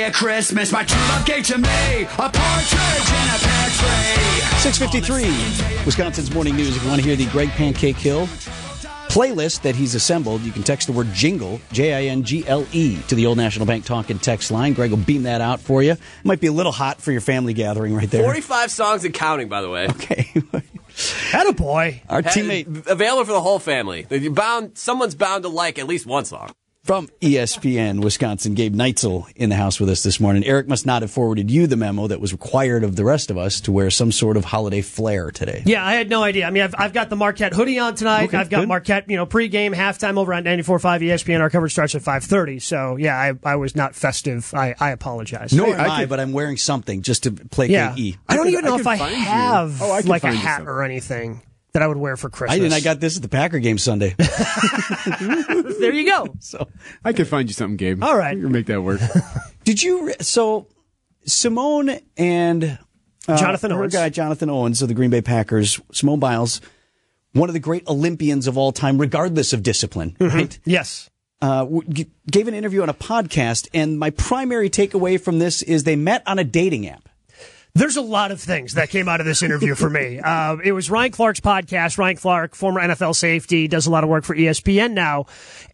at Christmas. My true love gave to me a partridge in a pear tree. 653, Wisconsin's Morning News. If you want to hear the Greg Pancake Hill playlist that he's assembled, you can text the word jingle, J I N G L E, to the Old National Bank talk and text line. Greg will beam that out for you. Might be a little hot for your family gathering right there. 45 songs and counting, by the way. Okay. Attaboy. Our Had- teammate Available for the whole family. You're bound, someone's bound to like at least one song. From E ESPN Wisconsin, Gabe Neitzel in the house with us this morning. Eric must not have forwarded you the memo that was required of the rest of us to wear some sort of holiday flair today. Yeah, I had no idea. I mean, I've, I've got the Marquette hoodie on tonight. Okay, I've got good. Marquette, you know, pregame, halftime over on 94.5 ESPN. Our coverage starts at 5.30. So, yeah, I, I was not festive. I, I apologize. Nor am I I, could- but I'm wearing something just to play E. yeah. KE. I don't could- even I know could if I find you. have, Oh, I could like, a find you hat something. or anything that I would wear for Christmas. I didn't. I got this at the Packer game Sunday. There you go. so I could find you something, Gabe. All right. We can make that work. did you? re- So Simone and uh, Jonathan her Owens. guy Jonathan Owens of the Green Bay Packers, Simone Biles, one of the great Olympians of all time, regardless of discipline, Mm-hmm. right? Yes. uh, w- g- gave an interview on a podcast, and my primary takeaway from this is they met on a dating app. There's a lot of things that came out of this interview for me. Uh, it was Ryan Clark's podcast. Ryan Clark, former NFL safety, does a lot of work for E ESPN now.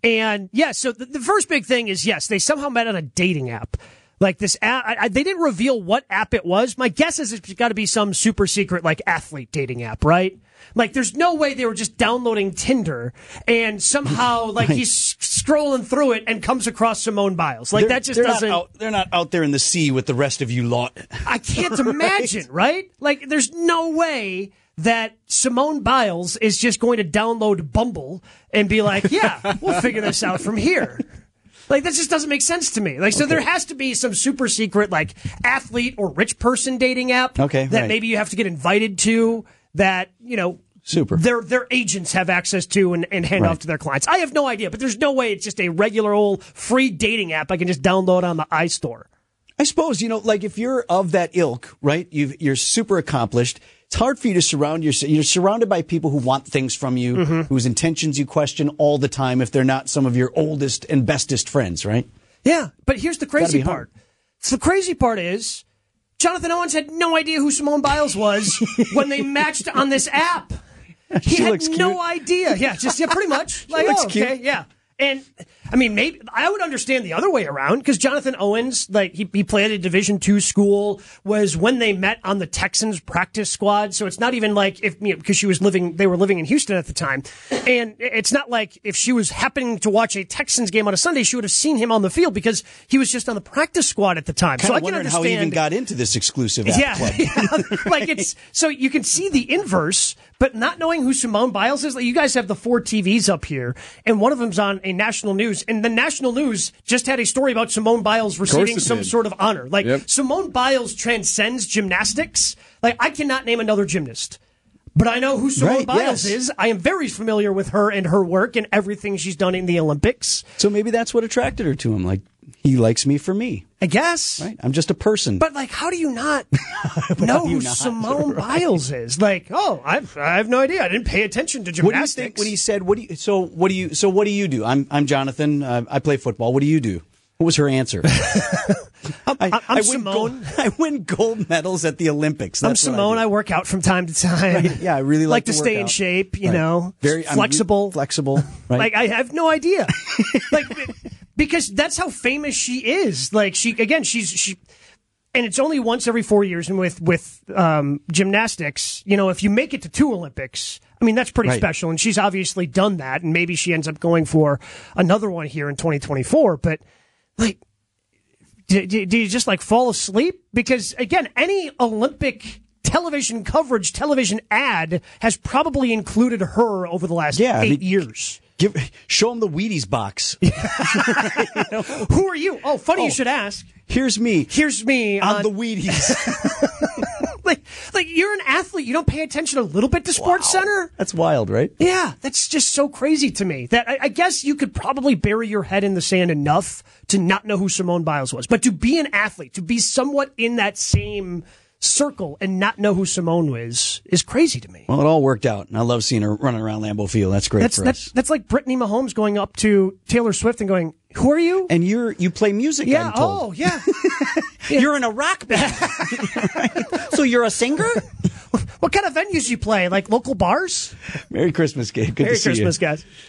And yes, so the, the first big thing is yes, they somehow met on a dating app. Like this app, I, I, they didn't reveal what app it was. My guess is it's got to be some super secret, like athlete dating app, right? Like there's no way they were just downloading Tinder and somehow like he's scrolling through it and comes across Simone Biles. Like that just they're doesn't. Not out, they're not out there in the sea with the rest of you lot. I can't imagine, right? Like, there's no way that Simone Biles is just going to download Bumble and be like, yeah, we'll figure this out from here. Like, that just doesn't make sense to me. Like, so there has to be some super secret, like, athlete or rich person dating app Okay, that right. maybe you have to get invited to that, you know, Super. Their their agents have access to and, and hand Right. off to their clients. I have no idea, but there's no way it's just a regular old free dating app I can just download on the iStore. I suppose, you know, like if you're of that ilk, right? You've, you're super accomplished. It's hard for you to surround yourself. You're surrounded by people who want things from you, Mm-hmm. whose intentions you question all the time if they're not some of your oldest and bestest friends, right? Yeah, but here's the crazy be part. hard. So the crazy part is Jonathan Owens had no idea who Simone Biles was when they matched on this app. He She had looks no cute. idea. Yeah, just yeah, pretty much. Like, looks oh, okay, cute. yeah. And I mean, maybe I would understand the other way around because Jonathan Owens, like he, he played at a Division two school, was when they met on the Texans practice squad. So it's not even like if you know, because she was living, they were living in Houston at the time, and it's not like if she was happening to watch a Texans game on a Sunday, she would have seen him on the field because he was just on the practice squad at the time. Kind so I of can wondering understand how he even got into this exclusive app yeah, club. yeah. like it's so you can see the inverse, but not knowing who Simone Biles is. Like you guys have the four TVs up here, and one of them's on a national news, and the national news just had a story about Simone Biles receiving it some did. sort of honor. Like Yep. Simone Biles transcends gymnastics. Like I cannot name another gymnast. But I know who Simone Right, yes. Biles is. I am very familiar with her and her work and everything she's done in the Olympics. So maybe that's what attracted her to him. Like, he likes me for me, I guess. right? I'm just a person. But like, how do you not know who you not? Simone Biles is? Like, oh, I've, I have no idea. I didn't pay attention to What do you gymnastics. think when he said, "What do you?" So what do you? So what do you do? I'm I'm Jonathan. Uh, I play football. What do you do? What was her answer? I, I'm I win Simone. Gold, I win gold medals at the Olympics. I'm That's what Simone. I, do. work out from time to time. yeah, I really like, like to, work stay in out. shape. You Right. know, very I'm re- flexible, flexible. Right? Like I have no idea. like because that's how famous she is. Like she again, she's she and it's only once every 4 years and with with um gymnastics, you know, if you make it to two Olympics, I mean that's pretty Right. special and she's obviously done that and maybe she ends up going for another one here in 2024, but like do, do, do you just like fall asleep? Because again, any Olympic television coverage, television ad has probably included her over the last Yeah, I eight mean- years. Give, show him the Wheaties box. Who are you? Oh, funny you Oh. should ask. Here's me. Here's me. on on- the Wheaties. like, like you're an athlete. You don't pay attention a little bit to Sports Center. That's wild, right? Yeah, that's just so crazy to me. That I, I guess you could probably bury your head in the sand enough to not know who Simone Biles was, but to be an athlete, to be somewhat in that same circle and not know who Simone is is crazy to me. Well, it all worked out, and I love seeing her running around Lambeau Field. That's great That's for that's, us. that's like Brittany Mahomes going up to Taylor Swift and going, "Who are you?" And you're you play music. yeah. I'm told. Oh, yeah. You're in a rock band. oh. so you're a singer? what kind of venues you play? Like local bars? Merry Christmas, Gabe. Good Merry to see you. Christmas, guys.